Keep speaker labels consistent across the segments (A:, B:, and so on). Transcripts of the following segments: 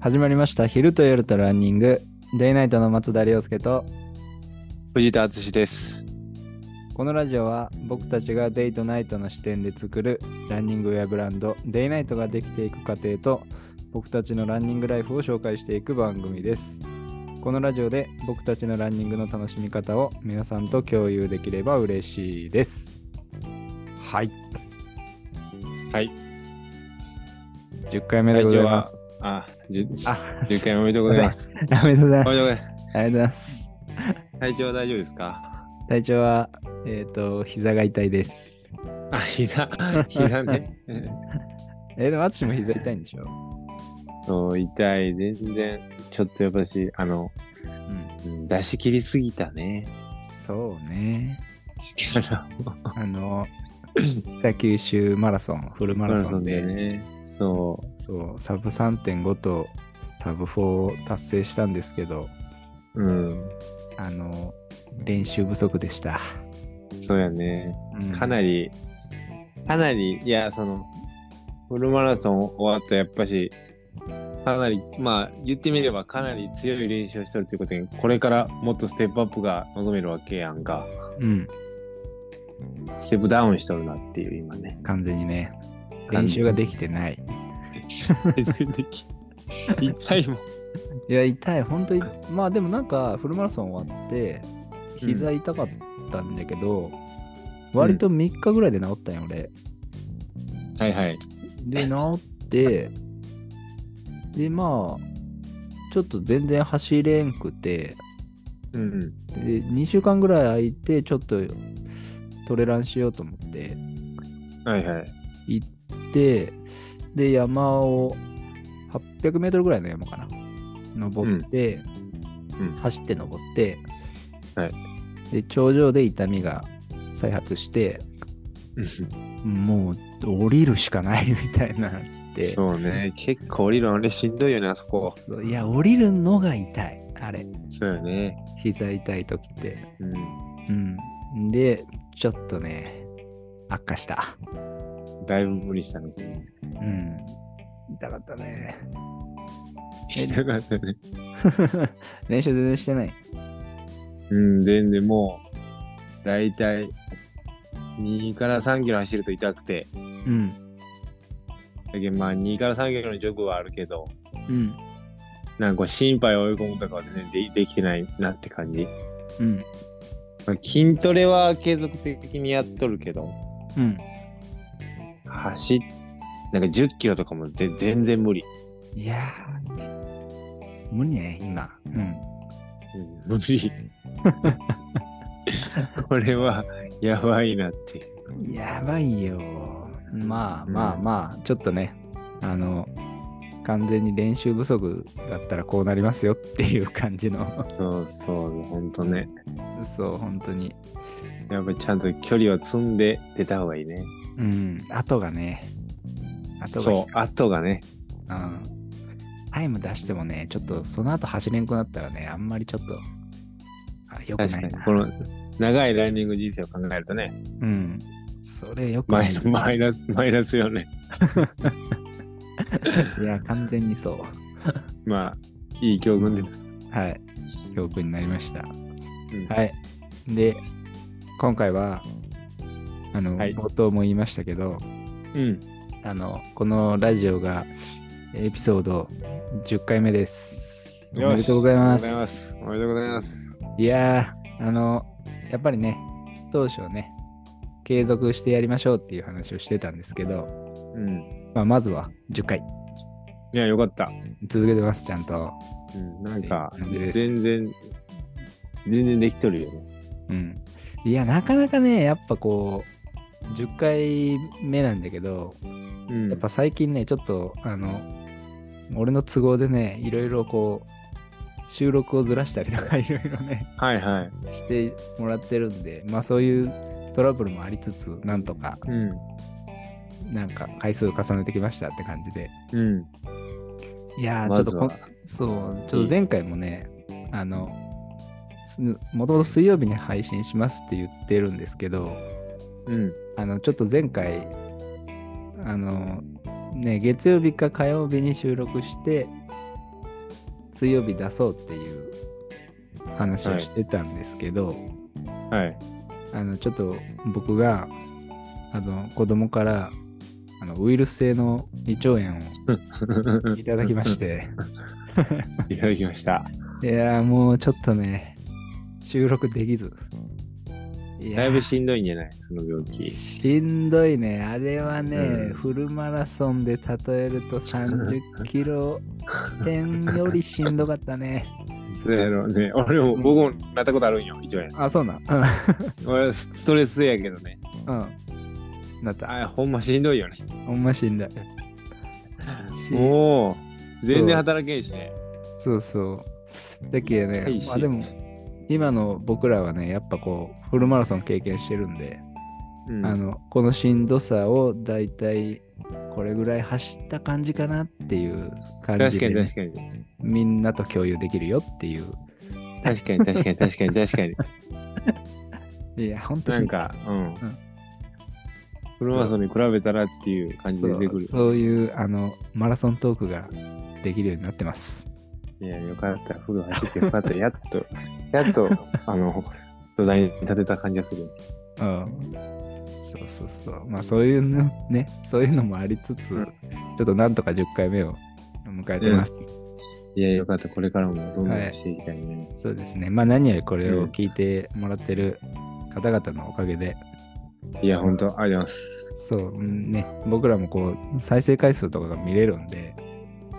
A: 始まりました昼と夜とランニングデイナイトの松田亮介と
B: 藤田敦です。
A: このラジオは僕たちがデイとナイトの視点で作るランニングウェアブランドデイナイトができていく過程と僕たちのランニングライフを紹介していく番組ですこのラジオで僕たちのランニングの楽しみ方を皆さんと共有できれば嬉しいですはい
B: はい
A: 10回目でございます
B: あ、じ、じ
A: あ
B: 10回おめでとうございます。
A: おめでとうございま
B: おめでとうござ
A: す
B: います。
A: ありがとうございます
B: 体調は大丈夫ですか
A: 体調は、えっ、と、膝が痛いです。
B: あ、膝、膝 ね。
A: えーでも、淳も膝痛いんでしょ
B: そう、痛い。全然、ちょっとやっぱし、あの、
A: うん。
B: うん出し切りすぎたね。
A: そうね。
B: 力を。
A: あの、北九州マラソン、フルマ
B: マ
A: ラ
B: ラ
A: ソ
B: ソ
A: ン
B: ン
A: で、
B: でね。そ
A: そう、サブ3.5とサブ4を達成したんですけど、
B: う。うん。
A: あの、練習不足でした。
B: そうやね。
A: うん
B: かなり、かなり、いや、その、フルマラソン終わったやっぱし、かなり、まあ、言ってみればかなり強い練習をしてるということに、これからもっとステップアップが望めるわけやんか。
A: うん、。
B: ステップダウンしとるなっていう、今ね
A: 完全にね。練習ができてない。
B: 痛いもん。
A: いや、痛い、本当に。まあ、でもなんか、フルマラソン終わって、膝痛かったんだけど、割と3日ぐらいで治ったんよ、俺。
B: はいはい。
A: で、治って、で、まあ、ちょっと全然走れんくて、
B: うん。
A: で2週間ぐらい空いて、ちょっとトレランしようと思って、
B: はいはい。
A: 行って、で、山を800メートルぐらいの山かな。登って、
B: うんうん
A: 走って登って、
B: はい
A: で、頂上で痛みが再発して、もう降りるしかないみたいになって。
B: そうね。結構降りるの俺しんどいよね、あそこ。
A: そういや、降りるのが痛い。あれ、
B: そうよね。
A: 膝痛い時って。
B: うん。
A: うん。で、ちょっとね、悪化した。
B: だいぶ無理したんですよ ね。
A: うん。痛かったね。
B: 痛かったね。
A: 練習全然してない。
B: うん、全然もう、だいたい2から3キロ走ると痛くて、
A: うん。
B: だけどまあ2から3キロのジョグはあるけど、
A: うん。
B: なんかこう心配を追い込むとかは全然でできてないなって感じ。
A: うん。
B: まあ筋トレは継続的にやっとるけど、
A: うん。
B: 走っ、なんか10キロとかもぜ全然無理。
A: いやー、無理ね、今。うん。
B: うん無理。 これはやばいなって。
A: やばいよ。まあまあまあ、ちょっとね、あの、完全に練習不足だったらこうなりますよっていう感じの、
B: そうそう、ほんとね。
A: そう、本当に。
B: やっぱりちゃんと距離を積んで出た方がいいね。
A: うん、後がね、後が
B: そう、後がね。
A: うん、タイム出してもね、ちょっとその後走れんくなったらね、あんまりちょっと、あ良く
B: 確
A: な
B: か
A: い
B: に
A: な。
B: この長いランニング人生を考えるとね
A: うん、それよく
B: マ
A: ない
B: イナマイナス マイナスよね
A: いや、完全にそう。
B: まあいい教訓で、
A: はい、教訓になりました。
B: うん
A: はい。で、今回は、あの、
B: はい
A: 冒頭も言いましたけど、
B: うん
A: あの、このラジオが、エピソード10回目です。おめでとうございます。
B: おめでとうございます
A: いやー、あの、やっぱりね、当初ね、継続してやりましょうっていう話をしてたんですけど、
B: おめでとうございますうん
A: まあ、まずは10回
B: いやよかった、
A: 続けてます、ちゃんと。
B: うん、なんか
A: いい感じです
B: 全然全然できとるよね
A: うん。いや、なかなかね、やっぱこう、10回目なんだけど、
B: うん
A: やっぱ最近ね、ちょっと、あの、俺の都合でね、いろいろこう、収録をずらしたりとか、 いろいろね、
B: はいはい
A: してもらってるんで、まあそういうトラブルもありつつ、なんとか、
B: うん
A: なんか回数を重ねてきましたって感じで。
B: うん
A: いやー、
B: ま
A: ちょっ
B: ず
A: とこん
B: は、
A: そう、ちょっと前回もね、あの、すもともと水曜日に配信しますって言ってるんですけど、
B: うん
A: あの、ちょっと前回、あの、ね、月曜日か火曜日に収録して、水曜日出そうっていう話をしてたんですけど、
B: はい。
A: あのちょっと僕があの子供からあのウイルス性の胃腸炎をいただきまし。て
B: いただきました。
A: いやーもうちょっとね収録できずいやー
B: だいぶしんどいんじゃないその病気。
A: しんどいねあれはね、
B: うん
A: フルマラソンで例えると30キロ点よりしんどかったね
B: そうやろうね。俺も、僕もなったこと あるんよ、一応や。
A: あそうなん
B: 俺、ストレスやけどね。
A: うんうんなった
B: あ、ほんましんどいよね。
A: ほんましんどいし
B: もう、全然働けんしね。
A: そうそう。だけどね
B: いい、し
A: まあでも、今の僕らはね、やっぱこう、フルマラソン経験してるんで、
B: うん
A: あの、このしんどさを大体、これぐらい走った感じかなっていう感
B: 確
A: じ
B: か
A: で
B: に
A: ね、
B: 確かに。
A: みんなと共有できるよっていう。
B: 確かに確かに確か に確かに。
A: いや、ほんと
B: な
A: し
B: ん
A: んどい
B: か、うん
A: ん。
B: フルマラソンに比べたらっていう感じ
A: そ
B: で出てく
A: う
B: る。
A: そういう、あの、マラソントークができるようになってます。
B: いや、よかった。フル走ってよかった。やっと、 やっと、あの、土台に立てた感じがする。
A: うん。そうそうそう。まあそういうのね、そういうのもありつつ、
B: うん
A: ちょっとなんとか10回目を迎えてます。
B: いや、よかった。これからもどんど
A: はい
B: んしていきたいね。
A: そうですね。まあ何よりこれ
B: う
A: を
B: ん
A: 聞いてもらってる方々のおかげで、
B: い、や、本当ありがとうございます。
A: そううんね、僕らもこう再生回数とかが見れるんで、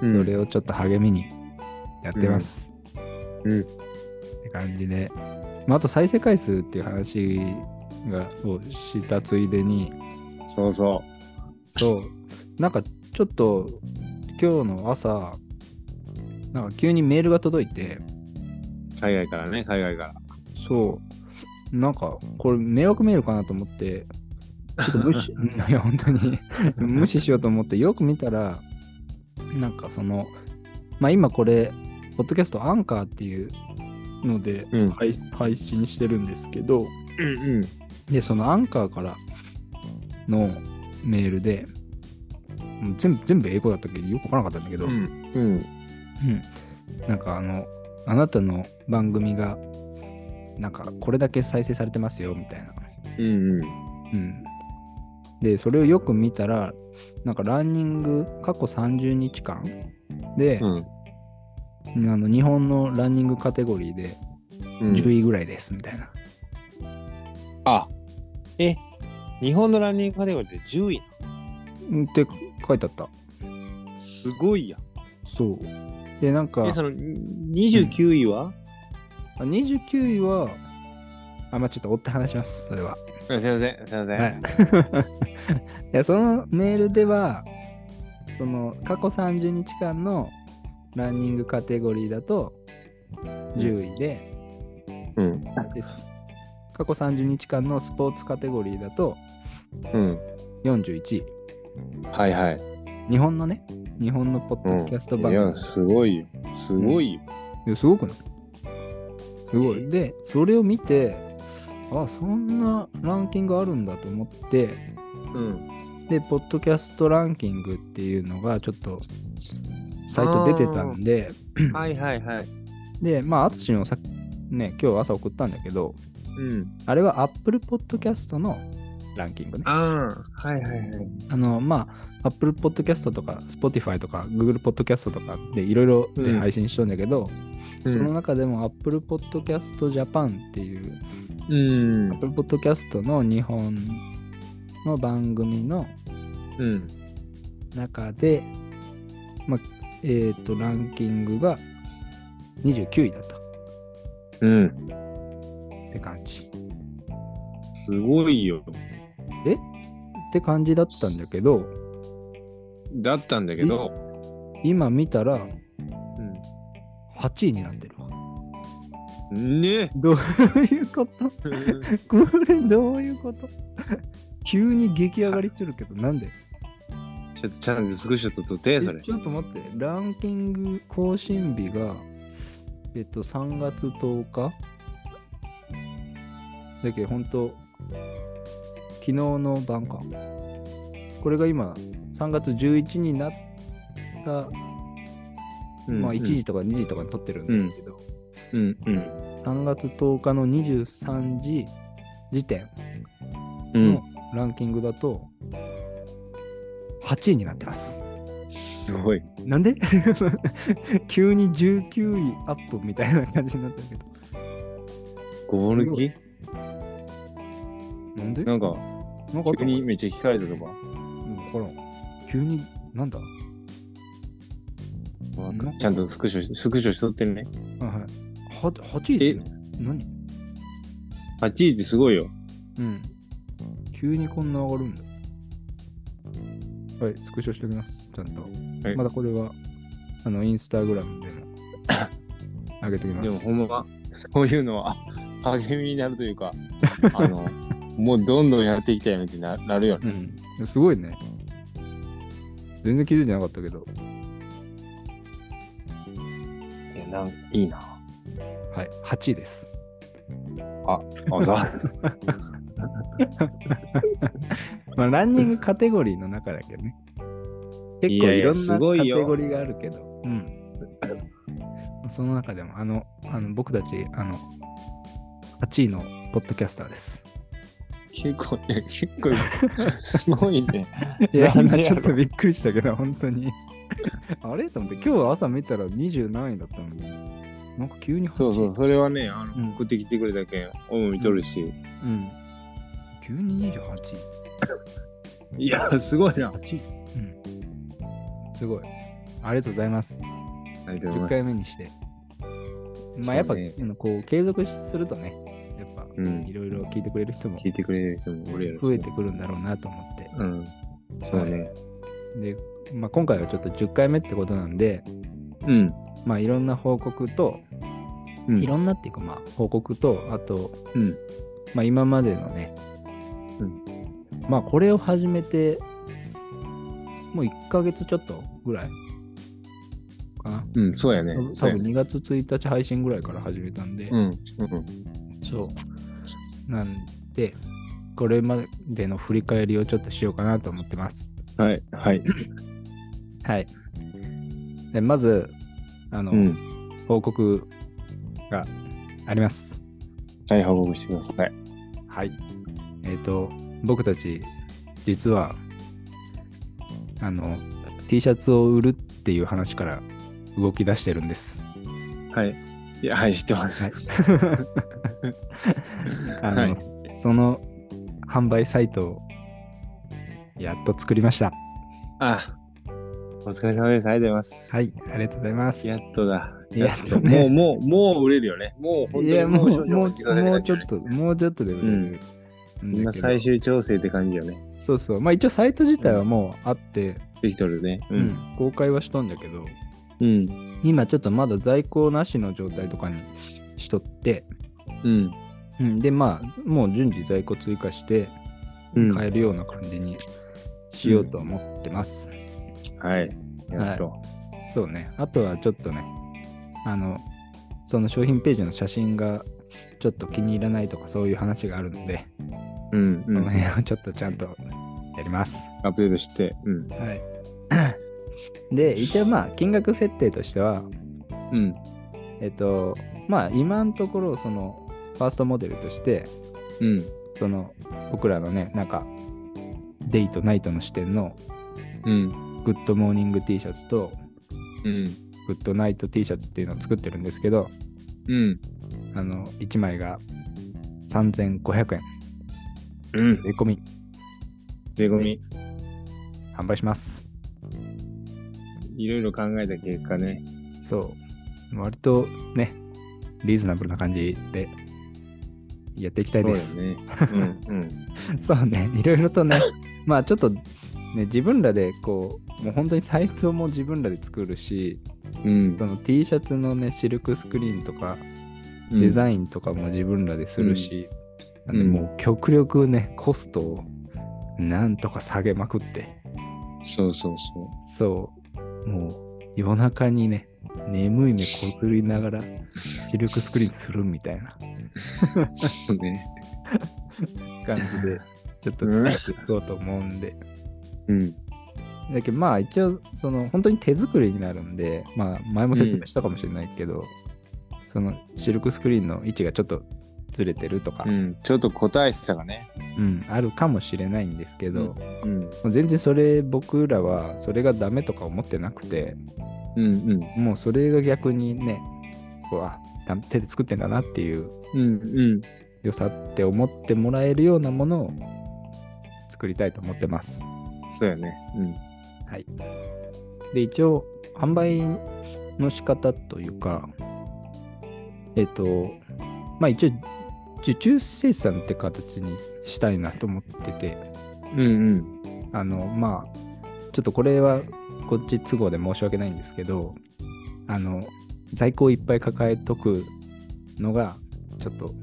B: うん
A: それをちょっと励みにやってます。
B: うんうん
A: って感じで、まあ、あと再生回数っていう話がをしたついでに、
B: そうそ
A: そう、なんかちょっと今日の朝、なんか急にメールが届いて、
B: う。海外からね、海外から。
A: そう。なんか、これ迷惑メールかなと思って、ちょっと無 視、いや、本当に無視しようと思って、よく見たら、なんかその、まあ今これ、ポッドキャストアンカーっていうので
B: うん
A: 配,、配信してるんですけど、
B: うんうん。
A: で、そのアンカーからのメールで、もう全部、全部英語だったけど、よくわからなかったんだけど、
B: うん。うん。
A: うん、なんかあのあなたの番組がなんかこれだけ再生されてますよみたいな、
B: うんうん。
A: うん、でそれをよく見たらなんかランニング過去30日間で、
B: うん
A: あの日本のランニングカテゴリーで
B: うん
A: 10位ぐらいですみたいな、
B: あ、え、日本のランニングカテゴリーで10位
A: うんって書いてあった
B: すごいやん。
A: そうでなんか
B: え、その29位は、
A: あ29位はあまあちょっと追って話しますそれは
B: すいません、すいません。
A: はい、 いやそのメールではその過去30日間のランニングカテゴリーだと10位で,、
B: うん。
A: です過去30日間のスポーツカテゴリーだと
B: うん。
A: 41位
B: はいはい。
A: 日本のね日本のポッドキャスト番
B: い
A: 組、
B: や、すごいよ。すごいよ。
A: いやすごくないすごいでそれを見てあそんなランキングあるんだと思って
B: うん。
A: でポッドキャストランキングっていうのがちょっとサイト出てたんで
B: はいはいはい。
A: で、まあ、アトシにもさっきね、今日朝送ったんだけど、
B: うん。
A: あれは Apple Podcast のランキングね。あ
B: ああ、はいはいはい。
A: の、まあ、Apple Podcast とか Spotify とか Google Podcast とかでいろいろで
B: うん
A: 配信しとんだけど、
B: うん
A: その中でも Apple Podcast Japan っていう、
B: うん。
A: Apple Podcast の日本の番組の
B: うん。
A: 中で、まあ、えっ、と、ランキングが29位だったっ
B: うん。
A: て感じ。
B: すごいよ。
A: って感じだったんだけど、
B: だったんだけど、
A: 今見たら
B: う
A: 8位になってるわ。
B: ん、 ね
A: どういうこと これどういうこと急に激上がりしてるけ ど、なんで
B: ちょっとチャンススクショ撮っとって、
A: え
B: それ。
A: ちょっと待って、ランキング更新日が、えっと、3月10日だけど、ほんと、昨日の晩か。これが今、3月11になった
B: うん
A: まあ、1時とか2時とかに撮ってるんですけど、
B: うんうん
A: 3月10日の23時時点
B: うん
A: のランキングだと、8位になってます。
B: すごい
A: なんで 急に19位アップみたいな感じになったけど。
B: ごぼ抜き
A: なんで
B: なんか
A: なんかあった
B: 急にめっちゃ聞かれたと
A: うん
B: か
A: わからん急に、なんだ
B: わ
A: なん
B: か
A: か
B: ちゃんとスクショスクショしとってるね
A: はいはい。は8位で
B: え
A: すね。何
B: 8位ってすごいよ
A: うん。急にこんな上がるんだ。はい、スクショしておきます。ちゃんと。
B: はい
A: まだこれは、あの、インスタグラム でも上げておきます。
B: でもほんま そういうのはあ励みになるというかあのもうどんどんやっていきたいなってななるよね
A: うん。すごいね。全然気づいてなかったけど。
B: いやなんいいな
A: はい、8位です。
B: あざ
A: まあ、ランニン グカテゴリーの中だけどね。結
B: い
A: 構
B: やい
A: い
B: や
A: ろん
B: す
A: な
B: ご
A: カ
B: いよ
A: テゴリーがあるけど。うん。その中でも、あの、あの僕たち、あの、8位のポッドキャスターです。
B: 結構ね結構すごいね
A: いや、
B: なんで
A: 今
B: やろ
A: ちょっとびっくりしたけど、本当に。 あれと思って、今日朝見たら20何位だったのに、なんか急に8位
B: そうそう、それはね、あの、
A: うん
B: 送ってきてくれたけん、俺も見とるし。
A: うん。急に28
B: いや、すごい
A: 位。
B: な。
A: 8位。うん。すごい。ありがとうございます。
B: ありがとう
A: 10
B: ござい
A: 回
B: ま
A: 目に
B: す。
A: して。
B: そ
A: ま
B: う
A: あ
B: ね
A: やっぱ、こう継続するとね、やっぱ
B: うん
A: いろいろ聞いてくれる人も
B: 聞いてくれる人もおるやろ。
A: 増えて。くるんだろうなと思って。
B: うん。そうね。
A: で、まあ、今回はちょっと10回目ってことなんで、
B: うん。
A: まあいろんな報告と、
B: うん
A: いろんなっていうかまあ報告と、あと、
B: うん
A: まあ今までのね、
B: うん
A: まあこれを始めて、もう1ヶ月ちょっとぐらいかな。
B: うん、そうやね。
A: 多
B: そう
A: 分
B: やね。
A: 2月1日配信ぐらいから始めたんで、
B: うん。うん。
A: そう。なんで、これまでの振り返りをちょっとしようかなと思ってます。
B: はい。はい。
A: はい。でまず、あの、
B: うん。
A: 報告があります。
B: はい、報告してください。
A: はい。えっ、と、僕たち、実は、あの、T シャツを売るっていう話から動き出してるんです。
B: はい。いや、はい、知ってます。
A: あの、
B: はい
A: その販売サイトをやっと作りました。
B: あ、お疲れ様です。ありがとうございます。
A: はい、ありがとうございます。
B: やっとだ。
A: やっとね
B: もう、もう、もう売れるよね。もう、本
A: い
B: 当に
A: やもう
B: 少々
A: もう
B: お待ちください
A: もうちょっと、もうちょっとで売れるんだけど
B: 今、最終調整って感じよね。
A: そうそう。まあ一応サイト自体はもうあって、
B: できとるね。う。
A: うんん公開はしたんだけど、
B: うん。
A: 今ちょっとまだ在庫なしの状態とかにしとって、
B: うん。
A: うんでまあもう順次在庫追加して
B: うん
A: 買えるような感じにしようと思ってます。
B: はい。やっと。
A: そうね。あとはちょっとね、あの、その商品ページの写真がちょっと気に入らないとかそういう話があるので、
B: うん、う
A: この
B: ん。
A: 辺をちょっとちゃんとやります。
B: アップデートして。うん。
A: はい。 で、一応まあ、金額設定としては、
B: うん。
A: えっと、まあ、今のところ、その、ファーストモデルとして、
B: うん。
A: その、僕らのね、なんか、デイとナイトの視点の、
B: うん。
A: グッドモーニング T シャツと、
B: うん。
A: グッドナイト T シャツっていうのを作ってるんですけど、
B: うん。
A: あの、1枚が3500円、
B: うん。
A: 税込み、
B: 税込み、
A: 販売します。
B: いろいろ考えた結果ね。
A: そう。割とね、リーズナブルな感じで、やっていきたいです。
B: そうよね。うん。
A: そうね、いろいろとね、 まあちょっと、ね、自分らでこう、もう本当にサイズも自分らで作るし、
B: うん。
A: その T シャツのね、シルクスクリーンとか、
B: うん。
A: デ
B: イ
A: ザインとかも自分らでするし、
B: うん
A: なんでもう極力ね、コストをなんとか下げまくって、
B: ン。そうそうそ
A: そう、もう夜中にね、眠い目こすりながら、シルクスクリーンするみたいな
B: う。そうね。
A: 感じで、ちょっと作っていこうと思うんで、
B: うん。
A: だけどまあ一応その本当に手作りになるんで、まあ、前も説明したかもしれないけど、そのシルクスクリーンの位置がちょっとずれてるとか、
B: う
A: うん
B: ん、ちょっと個体差がね。
A: あるかもしれないんですけど、
B: うん、
A: もう全然それ僕らはそれがダメとか思ってなくて
B: うん、うん、
A: もうそれが逆にねこうあだ手で作ってんだなっていう
B: うん、うん。
A: 良さって思ってもらえるようなものを作りたいと思ってます。
B: そうやね。うん。
A: はい、で一応販売の仕方というかえっとまあ一応受注生産って形にしたいなと思ってて
B: うん、
A: あのまあちょっとこれはこっち都合で申し訳ないんですけどあの在庫をいっぱい抱えとくのがちょっと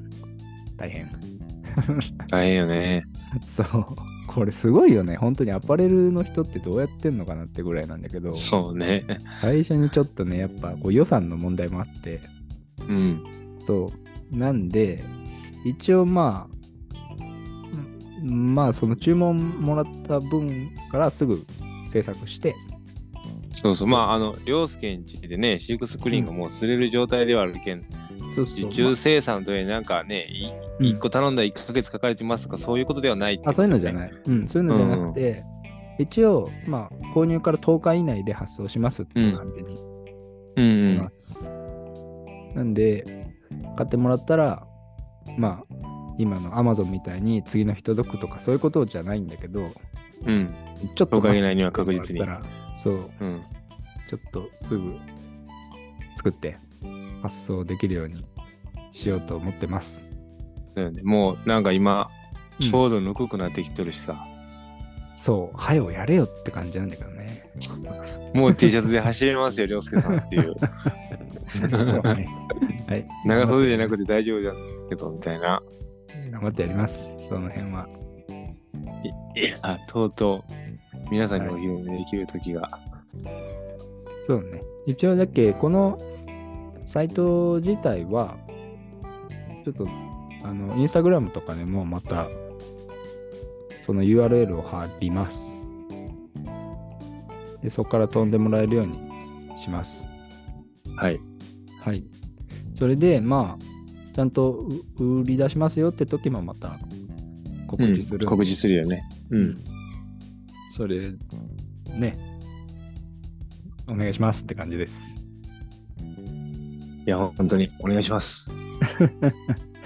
A: 大変
B: うん。大変よね。
A: そうこれすごいよね本当にアパレルの人ってどうやってんのかなってぐらいなんだけど
B: そうね。
A: 最初にちょっとねやっぱこう予算の問題もあって
B: うん。
A: そうなんで一応まあんまあその注文もらった分からすぐ制作して
B: そうそう。まあ、あの、凌介んちでね、シークスクリーンがもう擦れる状態ではあるけん、
A: そうそう
B: 受注生産というよりなんかね、い
A: うん
B: 一個頼んだら1ヶ月かかりますとか、そういうことではないって
A: あそういうのじゃ
B: い。
A: ない、うん、そういうのじゃなくて、一応まあ購入から10日以内で発送しますっていう感じに
B: う
A: い
B: ん
A: ま、す。なんで、買ってもらったら、まあ、今の Amazon みたいに次の日届くとかそういうことじゃないんだけど、
B: うん。うん。
A: ちょっと
B: おか
A: 待
B: げ
A: っ
B: ないには
A: ても
B: 確
A: らっ
B: 実に
A: た。ら。そう、
B: うん。
A: ちょっとすぐ作って発送できるようにしようと思ってます。
B: そうやね。もう、なんか今、
A: うん
B: ちょうどぬくくなってきてるしさ、
A: そう、早うやれよって感じなんだけど ね。
B: もう T シャツで走れますよ、凌介さんって いう。
A: そうね。はい。
B: 長袖じゃなくて大丈夫だけど、みたいな。
A: 頑張ってやります。その辺は。
B: いや、とうとう、皆さんにお披露目できる時が。
A: そうね。一応だっけ、このサイト自体は、ちょっと、あの、インスタグラムとかでもまた、その URL を貼ります。で、そこから飛んでもらえるようにします。
B: はい。
A: はい。それで、まあ、ちゃんとう売り出しますよって時もまた告知するんで、
B: 告知するよね。うん。
A: それ、ね。お願いしますって感じです。
B: いや、本当に、お願いし ます。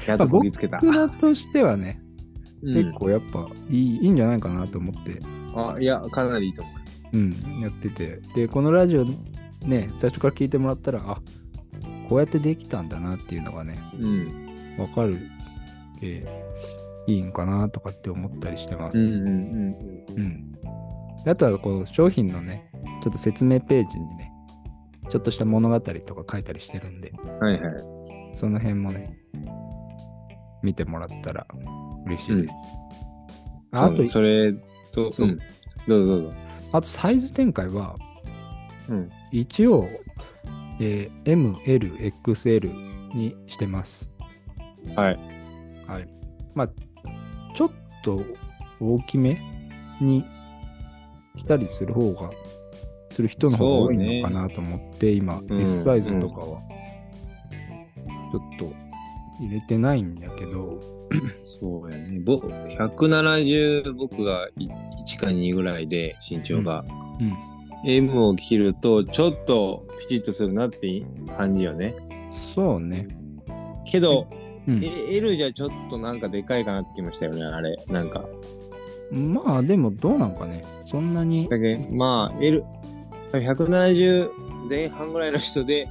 B: やっ
A: まあ
B: とこぎつけた。
A: 僕らとしてはね、
B: うん
A: 結構やっぱいい,、いいんじゃないかなと思って、
B: あ、いや、かなりいいと思う。
A: うん、やってて。で、このラジオね、最初から聞いてもらったら、あこうやってできたんだなっていうのがね、
B: うん。
A: わかるえいいんかなとかって思ったりしてま
B: う
A: す。
B: んうんうん。
A: うんであとはこう商品のね、ちょっと説明ページにね、ちょっとした物語とか書いたりしてるんで、
B: はいはい。
A: その辺もね、見てもらったら嬉しいです。あ
B: あ
A: と
B: と、それと、
A: そう
B: うんどうぞどうぞ。
A: あとサイズ展開は、
B: うん
A: 一応、えー MLXL にしてます。
B: はい。
A: はい。まあ、ちょっと大きめにしたりする方が、する人の方が多いのかなと思って、今、
B: うん
A: S サイズとかは、ちょっと入れてないんだけど、
B: そうやね。僕、170、僕がい1か2ぐらいで、身長が。
A: うん。
B: M を切ると、ちょっとピチッとするなって感じよね。
A: そうね。
B: けど、
A: うん、
B: え L じゃちょっとなんかでかいかなってきましたよね、あれ。なんか。
A: まあ、でもどうなんかね。そんなに。
B: だけどまあ、L、170前半ぐらいの人で、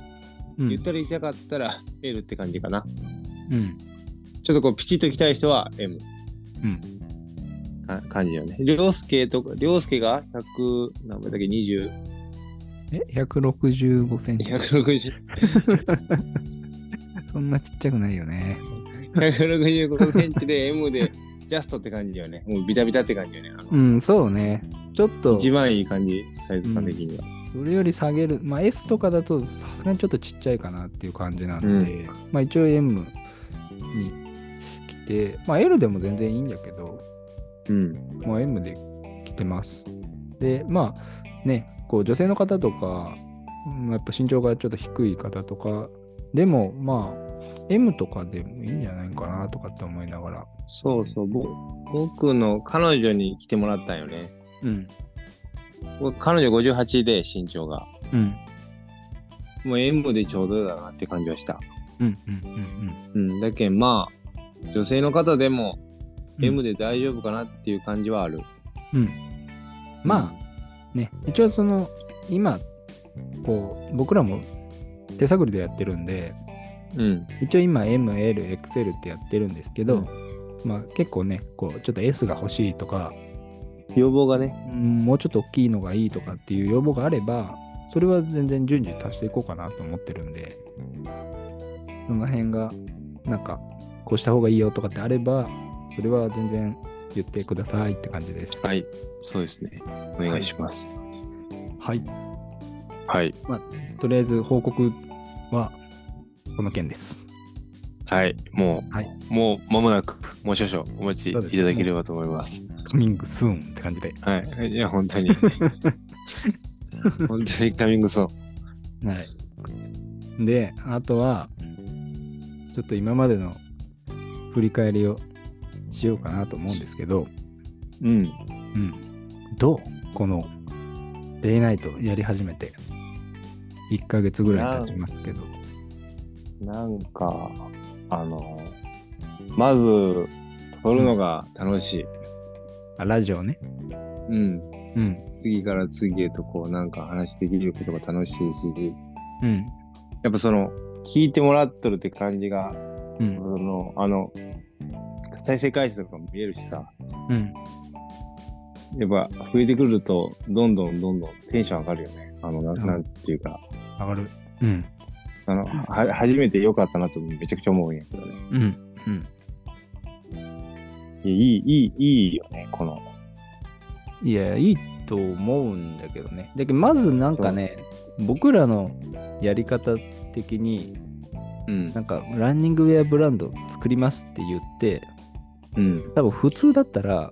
A: うん
B: ゆったり行きたかったら L って感じかな。
A: うん。
B: ちょっとこう、ピチッと行きたい人は M。
A: うん。
B: か感じよね。りょうすけとか、りょうすけが100、何倍だっけ、20、
A: え、165センチ。
B: 160、
A: そんなちっちゃくないよね。
B: 165センチで M でジャストって感じよね。もうビタビタって感じよね。あの
A: うん、そうね。ちょっと、
B: 一番いい感じ、サイズ感的には。
A: それより下げる。まあ S とかだとさすがにちょっとちっちゃいかなっていう感じなんで、
B: うん
A: まあ一応 M に来て、まあ L でも全然いいんだけど、
B: うん。
A: もう M で来てます。でまあねこう女性の方とか、うんやっぱ身長がちょっと低い方とかでもまあ M とかでもいいんじゃないかなとかって思いながら、
B: そうそう、ぼ僕の彼女に来てもらったんよね。
A: うん
B: 僕彼女58で身長が。
A: うん、
B: もう M でちょうどだなって感じはした。
A: うんうんうん
B: うん。だけんまあ、女性の方でも
A: うん
B: M で大丈夫かなっていう感じはある。
A: うんうんまあね一応その今こう僕らも手探りでやってるんで
B: うん。
A: 一応今 MLXL ってやってるんですけど、
B: うん
A: まあ結構ねこうちょっと S が欲しいとか
B: 要望がね。
A: うんもうちょっと大きいのがいいとかっていう要望があればそれは全然順次足していこうかなと思ってるんでその辺がなんかこうした方がいいよとかってあればそれは全然言ってくださいって感じです。
B: はい。そうですね。お願いします。
A: はい、
B: はい。
A: とりあえず報告はこの件です。
B: はい。もう、
A: はい
B: もう間もなく、もう少々お待ちい
A: そうですね
B: ただければと思います。
A: カミングスーンって感じで。
B: はい。いや、本当 に。本当にカミングソン。
A: はい。で、あとは、ちょっと今までの振り返りをしようかなと思うんですけど、
B: うん。
A: うん。どうこの、デイナイトやり始めて、1ヶ月ぐらい経ちますけど。
B: なんか、あの、まず、撮るのが楽しい。
A: あ、ラジオね。
B: うん。
A: うん。
B: 次から次へとこう、なんか話できることが楽しいし、
A: うん。
B: やっぱその、聞いてもらっとるって感じが、
A: う
B: そ
A: ん。
B: の、あの、再生回数とかも見えるしさ、
A: うん。
B: やっぱ増えてくると、どんどんどんどんテンション上がるよね。あの、な
A: うん
B: なんていうか、
A: 上がる。うん。
B: あの、は初めて良かったなとめちゃくちゃ思うんやけどね。
A: うん。うん。
B: いやいい、いい、いいよね、この。
A: いや、いいと思うんだけどね。だけど、まずなんかね、僕らのやり方的に、
B: うん
A: な。んかランニングウェアブランド作りますって言って
B: うん。
A: 多分普通だったら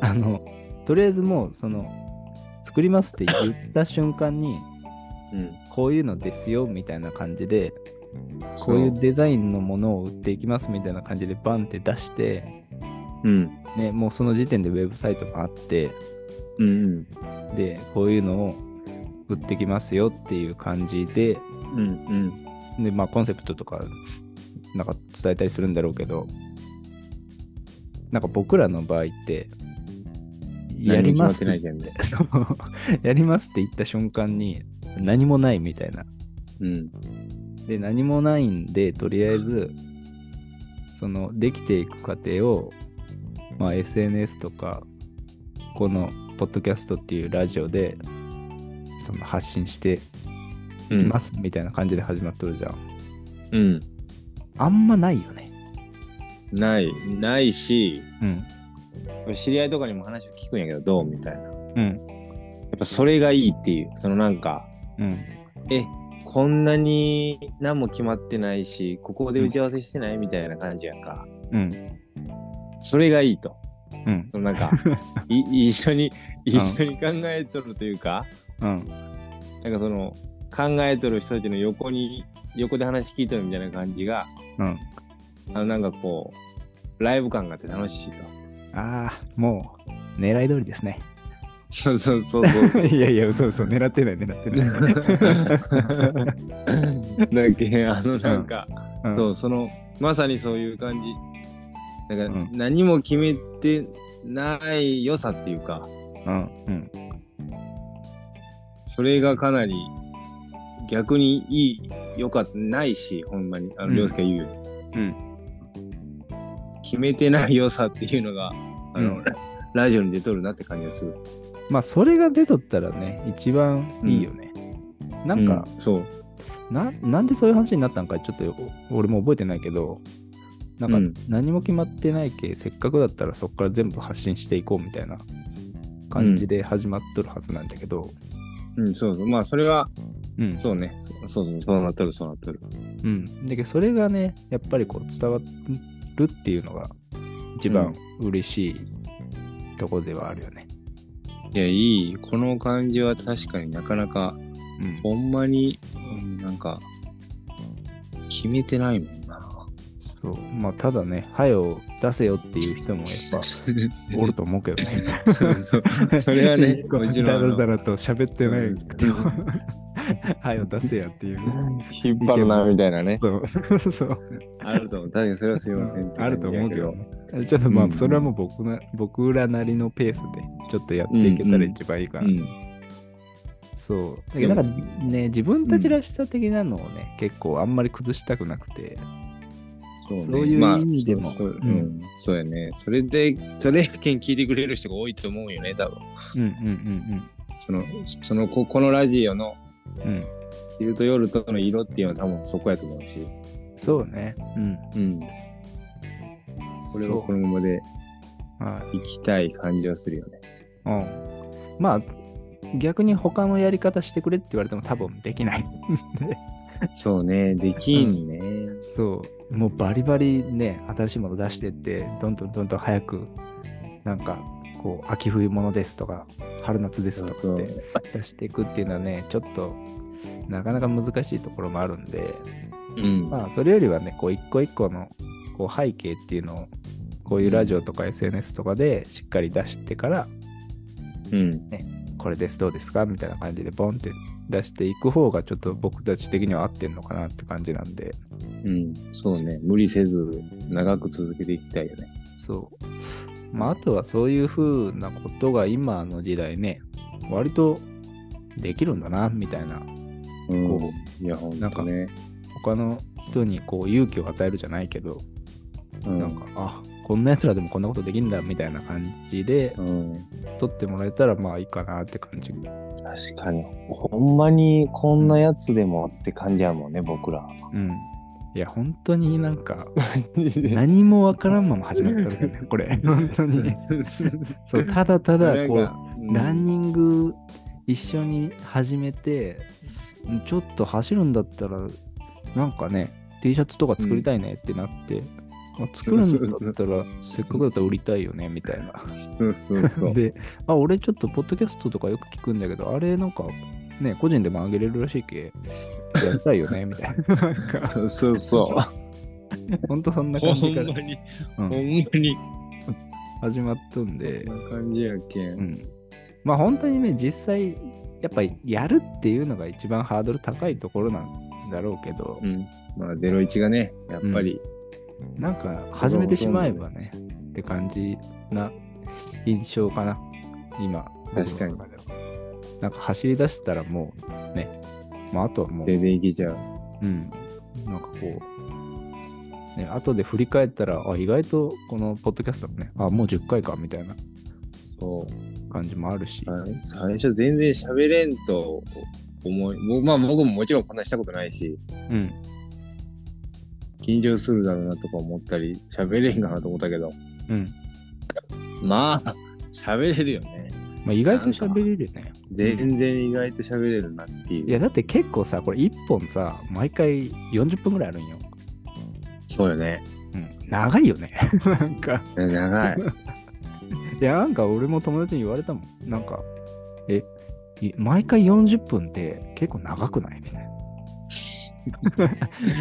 A: あのとりあえずもうその作りますって言った瞬間に
B: うん。
A: こういうのですよみたいな感じでこういうデザインのものを売っていきますみたいな感じでバンって出して、
B: うん。
A: ね、もうその時点でウェブサイトがあって
B: うんうん。
A: でこういうのを売ってきますよっていう感じで
B: うんうん。
A: で、まあ、コンセプトとか、なんか伝えたりするんだろうけど、なんか僕らの場合って、やります
B: 何も決まってないけんね。
A: そうやりますって言った瞬間に、何もないみたいな。
B: うん。。
A: で、何もないんで、とりあえず、その、できていく過程を、まあ、SNS とか、この、ポッドキャストっていうラジオで、その、発信していきますすみたいな感じで始まっとるじゃん。
B: うん。
A: あんまないよね。
B: ない、ないし、
A: うん。
B: 知り合いとかにも話を聞くんやけど、どうみたいな。や
A: うん。
B: っぱそれがいいっていう、そのなんか、
A: うん。
B: え、こんなに何も決まってないし、ここで打ち合わせしてないみたいな感じやんか。
A: うん。
B: それがいいと。
A: うん。
B: そのなんか、い一緒に、一緒に考えとるというか、
A: うん。
B: なんかその、考えとる人たちの横に、横で話聞いとるみたいな感じが、
A: うん。
B: あのなんかこう、ライブ感があって楽しいと。
A: ああ、もう、狙い通りですね。
B: そうそうそうそ う。
A: いやいや、そうそう、狙ってない、狙 ってない。
B: だけあのなんか、
A: うん
B: そうそのまさにそういう感じなんか、
A: うん
B: 何も決めてない良さっていうか
A: うん。うん。
B: それがかなり逆にいい良かったないしほんまにあ
A: う
B: の
A: ん
B: 涼介言うように、
A: うん
B: 決めてない良さっていうのがあの、
A: うん
B: ラジオに出とるなって感じがする
A: まあ、それが出とったらね、一番いいよね。なんか、
B: うそう
A: な、なんでそういう話になったんか、ちょっとお俺も覚えてないけど、なん
B: う
A: か
B: ん
A: 何も決まってないけ、せっかくだったらそこから全部発信していこうみたいな感じで始まっとるはずなんだけど、
B: うんそうそうまあそれは
A: うん、
B: そうねそうそうそうそうなっとるそうなっとる
A: うん、だけどそれがねやっぱりこう伝わるっていうのが一番嬉しいとこではあるよね。
B: いや、いい。この感じは確かになかなか、
A: うん、
B: ほんまに、うんなんか、決めてないもん な。
A: そうまあただね「はよ出せよ」っていう人もやっぱおると思うけどね
B: そう そう。それはね、
A: こう
B: もち
A: だ
B: ろ
A: ら
B: んあの
A: だ。らと喋ってないくても「 はよ出せや」っていう
B: 引っ張るな、みたいなね。
A: そう そう
B: あると思う。確かにそれはすいません。
A: あると思うけど。ねちょっとま
B: うん
A: あそれはもう僕な僕らなりのペースでちょっとやっていけたら一番いいか
B: う
A: な、
B: ん。
A: そうだけどなんかね自分たちらしさ的なのをね、結構あんまり崩したくなくて
B: そね
A: そういう
B: まあ
A: 意味でも
B: そうそう
A: う
B: うんんそうやね。それで、それ意見聞いてくれる人が多いと思うよね、多分。
A: うんうんうん
B: その、その、ここのラジオの
A: うんうん
B: 昼と夜との色っていうのは多分そこやと思うし。
A: そうねうん
B: うん。これはこのままで
A: そうはい
B: 行きたい感じはするよね。
A: うん、まあ逆に他のやり方してくれって言われても多分できない
B: そうね、できんね。
A: そうもうバリバリね新しいもの出してってどんどんどんどん早くなんかこう秋冬物ですとか春夏ですと
B: そ
A: かっ
B: う
A: て出していくっていうのはねちょっとなかなか難しいところもあるんで
B: うん。
A: まあそれよりはねこう一個一個のこう背景っていうのをこういうラジオとか SNS とかでしっかり出してから
B: うん。
A: これですどうですかみたいな感じでボンって出していく方がちょっと僕たち的には合ってんのかなって感じなんで
B: うん。そうね、無理せず長く続けていきたいよね。
A: そうまああとはそういう風なことが今の時代ね割とできるんだなみたいな
B: うん
A: こ。
B: いや、ほんとね。
A: 他の人にこう勇気を与えるじゃないけど、
B: う
A: なんかあこんな奴らでもこんなことできるんだみたいな感じで
B: うん。
A: 撮ってもらえたらまあいいかなって感じう
B: 確かに。ほんまにこんなやつでもって感じやもんね、僕ら。
A: んいや本当になんか何 もわからんまま始まったんだよねこれ本当にそうただただこうランニング一緒に始めてちょっと走るんだったらなんかね T シャツとか作りたいねってなって、あ作るんだったらせっかくだったら売りたいよねみたいな。
B: そうそうそう。
A: であ俺ちょっとポッドキャストとかよく聞くんだけどあれなんかね個人でもあげれるらしいけやりたいよねみたい ななんか
B: そうそうそう。
A: ほんとそんな
B: ほ
A: 感
B: ん
A: じか
B: ま
A: ら
B: に、
A: う
B: ほん
A: ん
B: まに。
A: 始まっとんで
B: こんな感じやけ。
A: うんん、まあ本当にね実際やっぱりやるっていうのが一番ハードル高いところなんだろうけど、
B: うん。まあ、ゼロ一がね、やっぱり、
A: なんか始めてしまえばねって感じな印象かな今
B: 確かに
A: 僕の中ではなんか走り出したらもうねまああとはもう、
B: 全然いけちゃう。
A: うん、なんかこう、ね、後で振り返ったらあ意外とこのポッドキャストもねあもう10回かみたいな
B: そう。
A: 感じもあるし、
B: 最最初全然喋れんと思い、僕まあ僕ももちろんこんなしたことないし、
A: うん
B: 緊張するだろうなとか思ったり、喋れんかなと思ったけど、
A: うん、
B: まあ、喋れるよね。
A: まあ、意外と喋れるよね
B: 全然意外と喋れるなっていう。
A: いやだって結構さこれ1本さ毎回40分ぐらいあるんよ、
B: そうよね。
A: うん、長いよね なんか
B: 長い。
A: いやなんか俺も友達に言われたもんなんかえい毎回40分って結構長くないみ たいな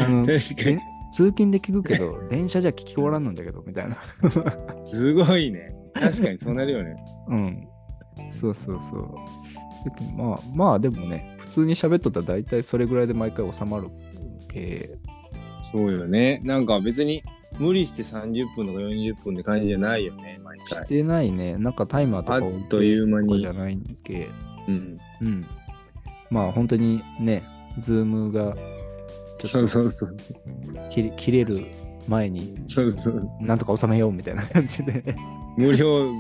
A: あの
B: 確かに
A: で。通勤で聞くけど電車じゃ聞き終わらんのんだけどみたいな
B: すごいね。確かにそうなるよね。
A: うんそうそうそうだけどまあまあでもね普通に喋っとったら大体それぐらいで毎回収まるけ
B: そうよね。なんか別に無理して30分とか40分って感じじゃないよね、毎
A: し
B: 回。
A: てないねなんかタイマーとか
B: あっという間に
A: とかじゃないんけ
B: うん。
A: うん。まあ本当にね、ズームがち
B: そ
A: ょ
B: う
A: っと
B: そうそうそう。
A: 切れ切れる前に
B: そうそう。
A: なんとか収めようみたいな感じで。
B: 無料ズ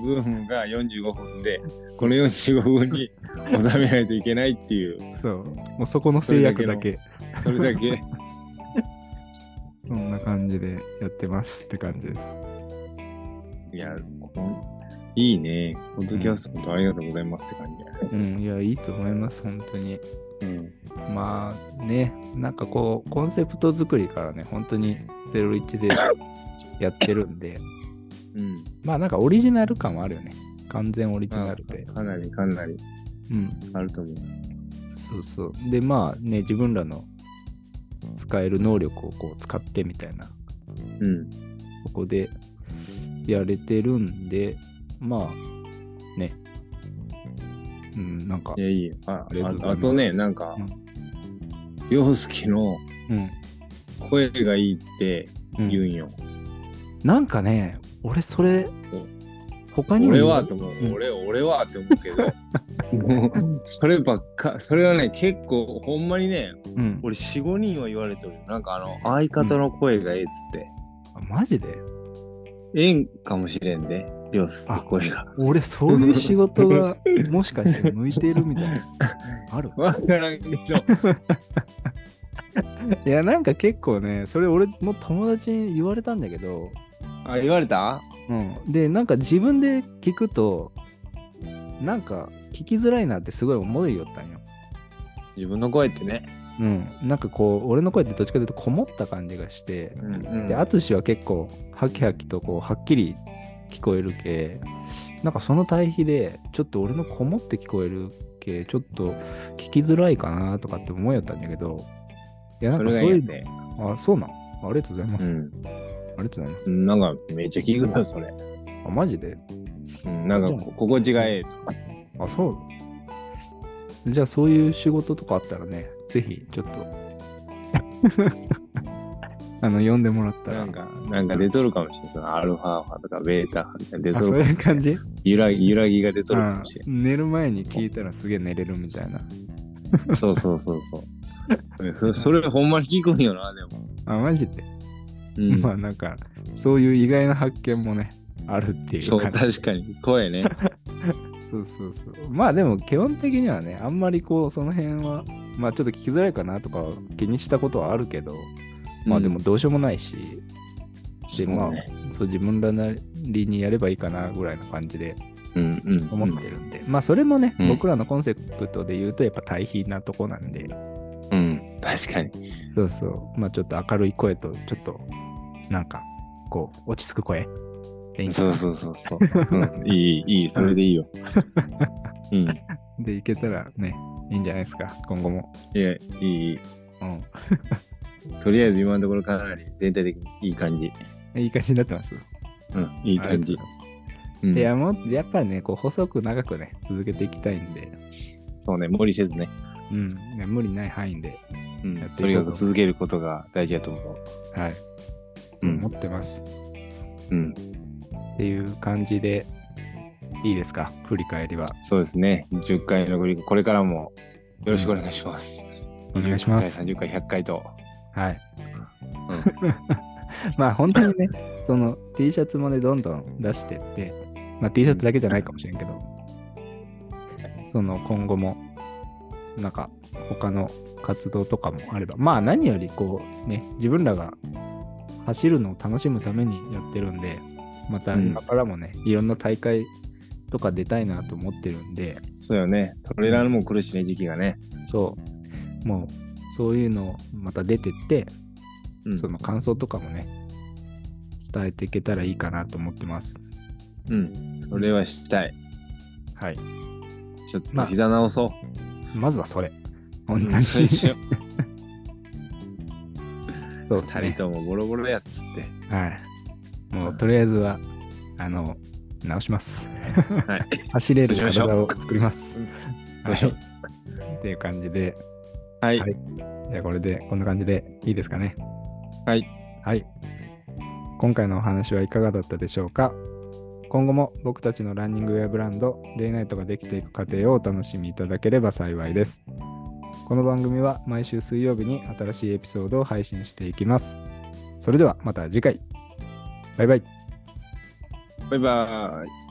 B: ームが45分で、この45分に収めないといけないっていう、
A: そう。もうそこの制約だけ、
B: それだけ。
A: そんな感じでやってますって感じです。
B: いや、こんいいね。ポッドキャスト本当ありがとうございますって感じやね。
A: うん、いや、いいと思います、本当に。
B: うん。
A: まあね、なんかこう、コンセプト作りからね、本当に01でやってるんで、
B: うん。
A: まあなんかオリジナル感はあるよね。完全オリジナルで。
B: かなりかなり
A: うん。
B: あると思う。
A: そうそう。で、まあね、自分らの使える能力をこう使ってみたいな、
B: うん。
A: ここでやれてるんで、まあ、ね。うん、なんか
B: い、や、いいよ。あ
A: ありがとうございま
B: あ
A: す
B: あとね、なんか
A: うん、
B: 洋介の
A: うん。
B: 声がいいって
A: うん
B: 言うんよ。
A: なんかね、俺それ、他にも
B: 俺
A: 言う
B: はと思う。
A: うん
B: 俺、俺はって思う けど、もう、そればっか、それはね、結構、ほんまにね、
A: うん、
B: 俺、4、5人は言われてるよ。なんか、あの、相方の声がええっつって。
A: あマジで
B: ええんかもしれんね、洋介
A: あ
B: 声が。
A: 俺そういう仕事 がもしかして向いてるみたいな。ある
B: わからん けど、
A: いやなんか結構ねそれ俺も友達に言われたんだけど、
B: あ、言われた
A: うん、でなんか自分で聞くとなんか聞きづらいなってすごい思うよったんよ。
B: 自分の声ってね。
A: うん、なんかこう俺の声ってどっちかというとこもった感じがして、
B: うんうん
A: で淳は結構ハキハキとこうはっきり聞こえる系なんかその対比でちょっと俺のこもって聞こえる系ちょっと聞きづらいかなとかって思いよったんだけどいやなんか
B: それ
A: そ
B: が
A: う
B: いい
A: い
B: よ
A: う
B: ね。
A: のあそうなのありがとうございます、あ
B: う
A: りがとうございます
B: ん。なんか、めっちゃ聞くな、それ。
A: あマジで
B: うん、なんかこ、心地がええと。
A: あそうじゃあそういう仕事とかあったらねぜひちょっと あの呼んでもらったら
B: なんか、なんか出とるかもしれない。そのアルファ波とかベータ波とか出
A: あ
B: と
A: そ
B: る
A: う
B: かも
A: いう感じ
B: 揺らぎ、揺らぎが出とるかもしれ
A: うん寝る前に聞いたらすげえ寝れるみたいな。
B: ない。そうそうそうそう。ねそそれほんまに聞くんよな、でも。
A: あ、マジで、
B: うん。
A: まあなんか、そういう意外な発見もね、あるってい
B: そうう、
A: 感じ。
B: 確かに。声ね。
A: そうそうそう。まあでも基本的にはね、あんまりこう、その辺は、まあちょっと聞きづらいかなとか気にしたことはあるけど、 まあでもどうしようもないし、
B: そ
A: で
B: うね、
A: まあ、そう自分らなりにやればいいかなぐらいな感じで
B: うんうん。
A: 思ってるんで、まあそれもね、
B: うん
A: 僕らのコンセプトで言うとやっぱ対比なとこなんで、
B: うん。確かに。
A: そうそう。まあちょっと明るい声と、ちょっと、なんか、こう、落ち着く声でいいんか
B: そ
A: な
B: うそうそ うそう。うん、いい、いい、それでいいよ。うん。い
A: でいけたらね、いいんじゃないですか、今後も。
B: や、いいいい。
A: うん。
B: とりあえず今のところかなり全体的にいい感じ。
A: いい感じになってます。
B: うん、いい感じ
A: ありがとうござい。ます
B: うん
A: いや、もう、やっぱりね、こう、細く長くね、続けていきたいんで、
B: そうね、無理せずね。
A: うん。ね無理ない範囲で、
B: うん
A: やっていこうと
B: とにかく続けることが大事だと思う。
A: はい。
B: うん
A: 思ってます。
B: うん、
A: っていう感じで、いいですか、振り返りは。
B: そうですね。10回のグリコ、これからもよろしくお願いします。
A: お願いします。
B: 20回、30回、100回と。
A: はい。まあ本当にね、その T シャツもね、どんどん出してって、まあ T シャツだけじゃないかもしれんけど、その今後も、なんか他の活動とかもあれば、まあ何よりこうね、自分らが走るのを楽しむためにやってるんで、また
B: うん
A: 今からもね、いろんな大会とか出たいなと思ってるんで、
B: そうよね。トレーラーも来るしね、時期がね。
A: そう、もうそういうのをまた出てって、
B: うん
A: その感想とかもね、伝えていけたらいいかなと思ってます。
B: うん、それはしたい。
A: はい。
B: ちょっと
A: まあ
B: 膝直そう。
A: まずはそれ。本当
B: うん
A: に。
B: それしよ う。
A: そうです
B: 2
A: ね
B: 人。ともボロボロやっつって。
A: はい。もう、とりあえずは、あの、直します。
B: はい。
A: 走れる
B: そうしまし
A: 体
B: ょ
A: を
B: う
A: 作ります。
B: そうしよう
A: はいっていう感じで、
B: はい
A: は。いじゃあこれで、こんな感じでいいですかね。
B: はい。
A: はい。今回のお話はいかがだったでしょうか今後も僕たちのランニングウェアブランド、デイナイトができていく過程をお楽しみいただければ幸いです。この番組は毎週水曜日に新しいエピソードを配信していきます。それではまた次回。バイバイ。
B: バイバーイ。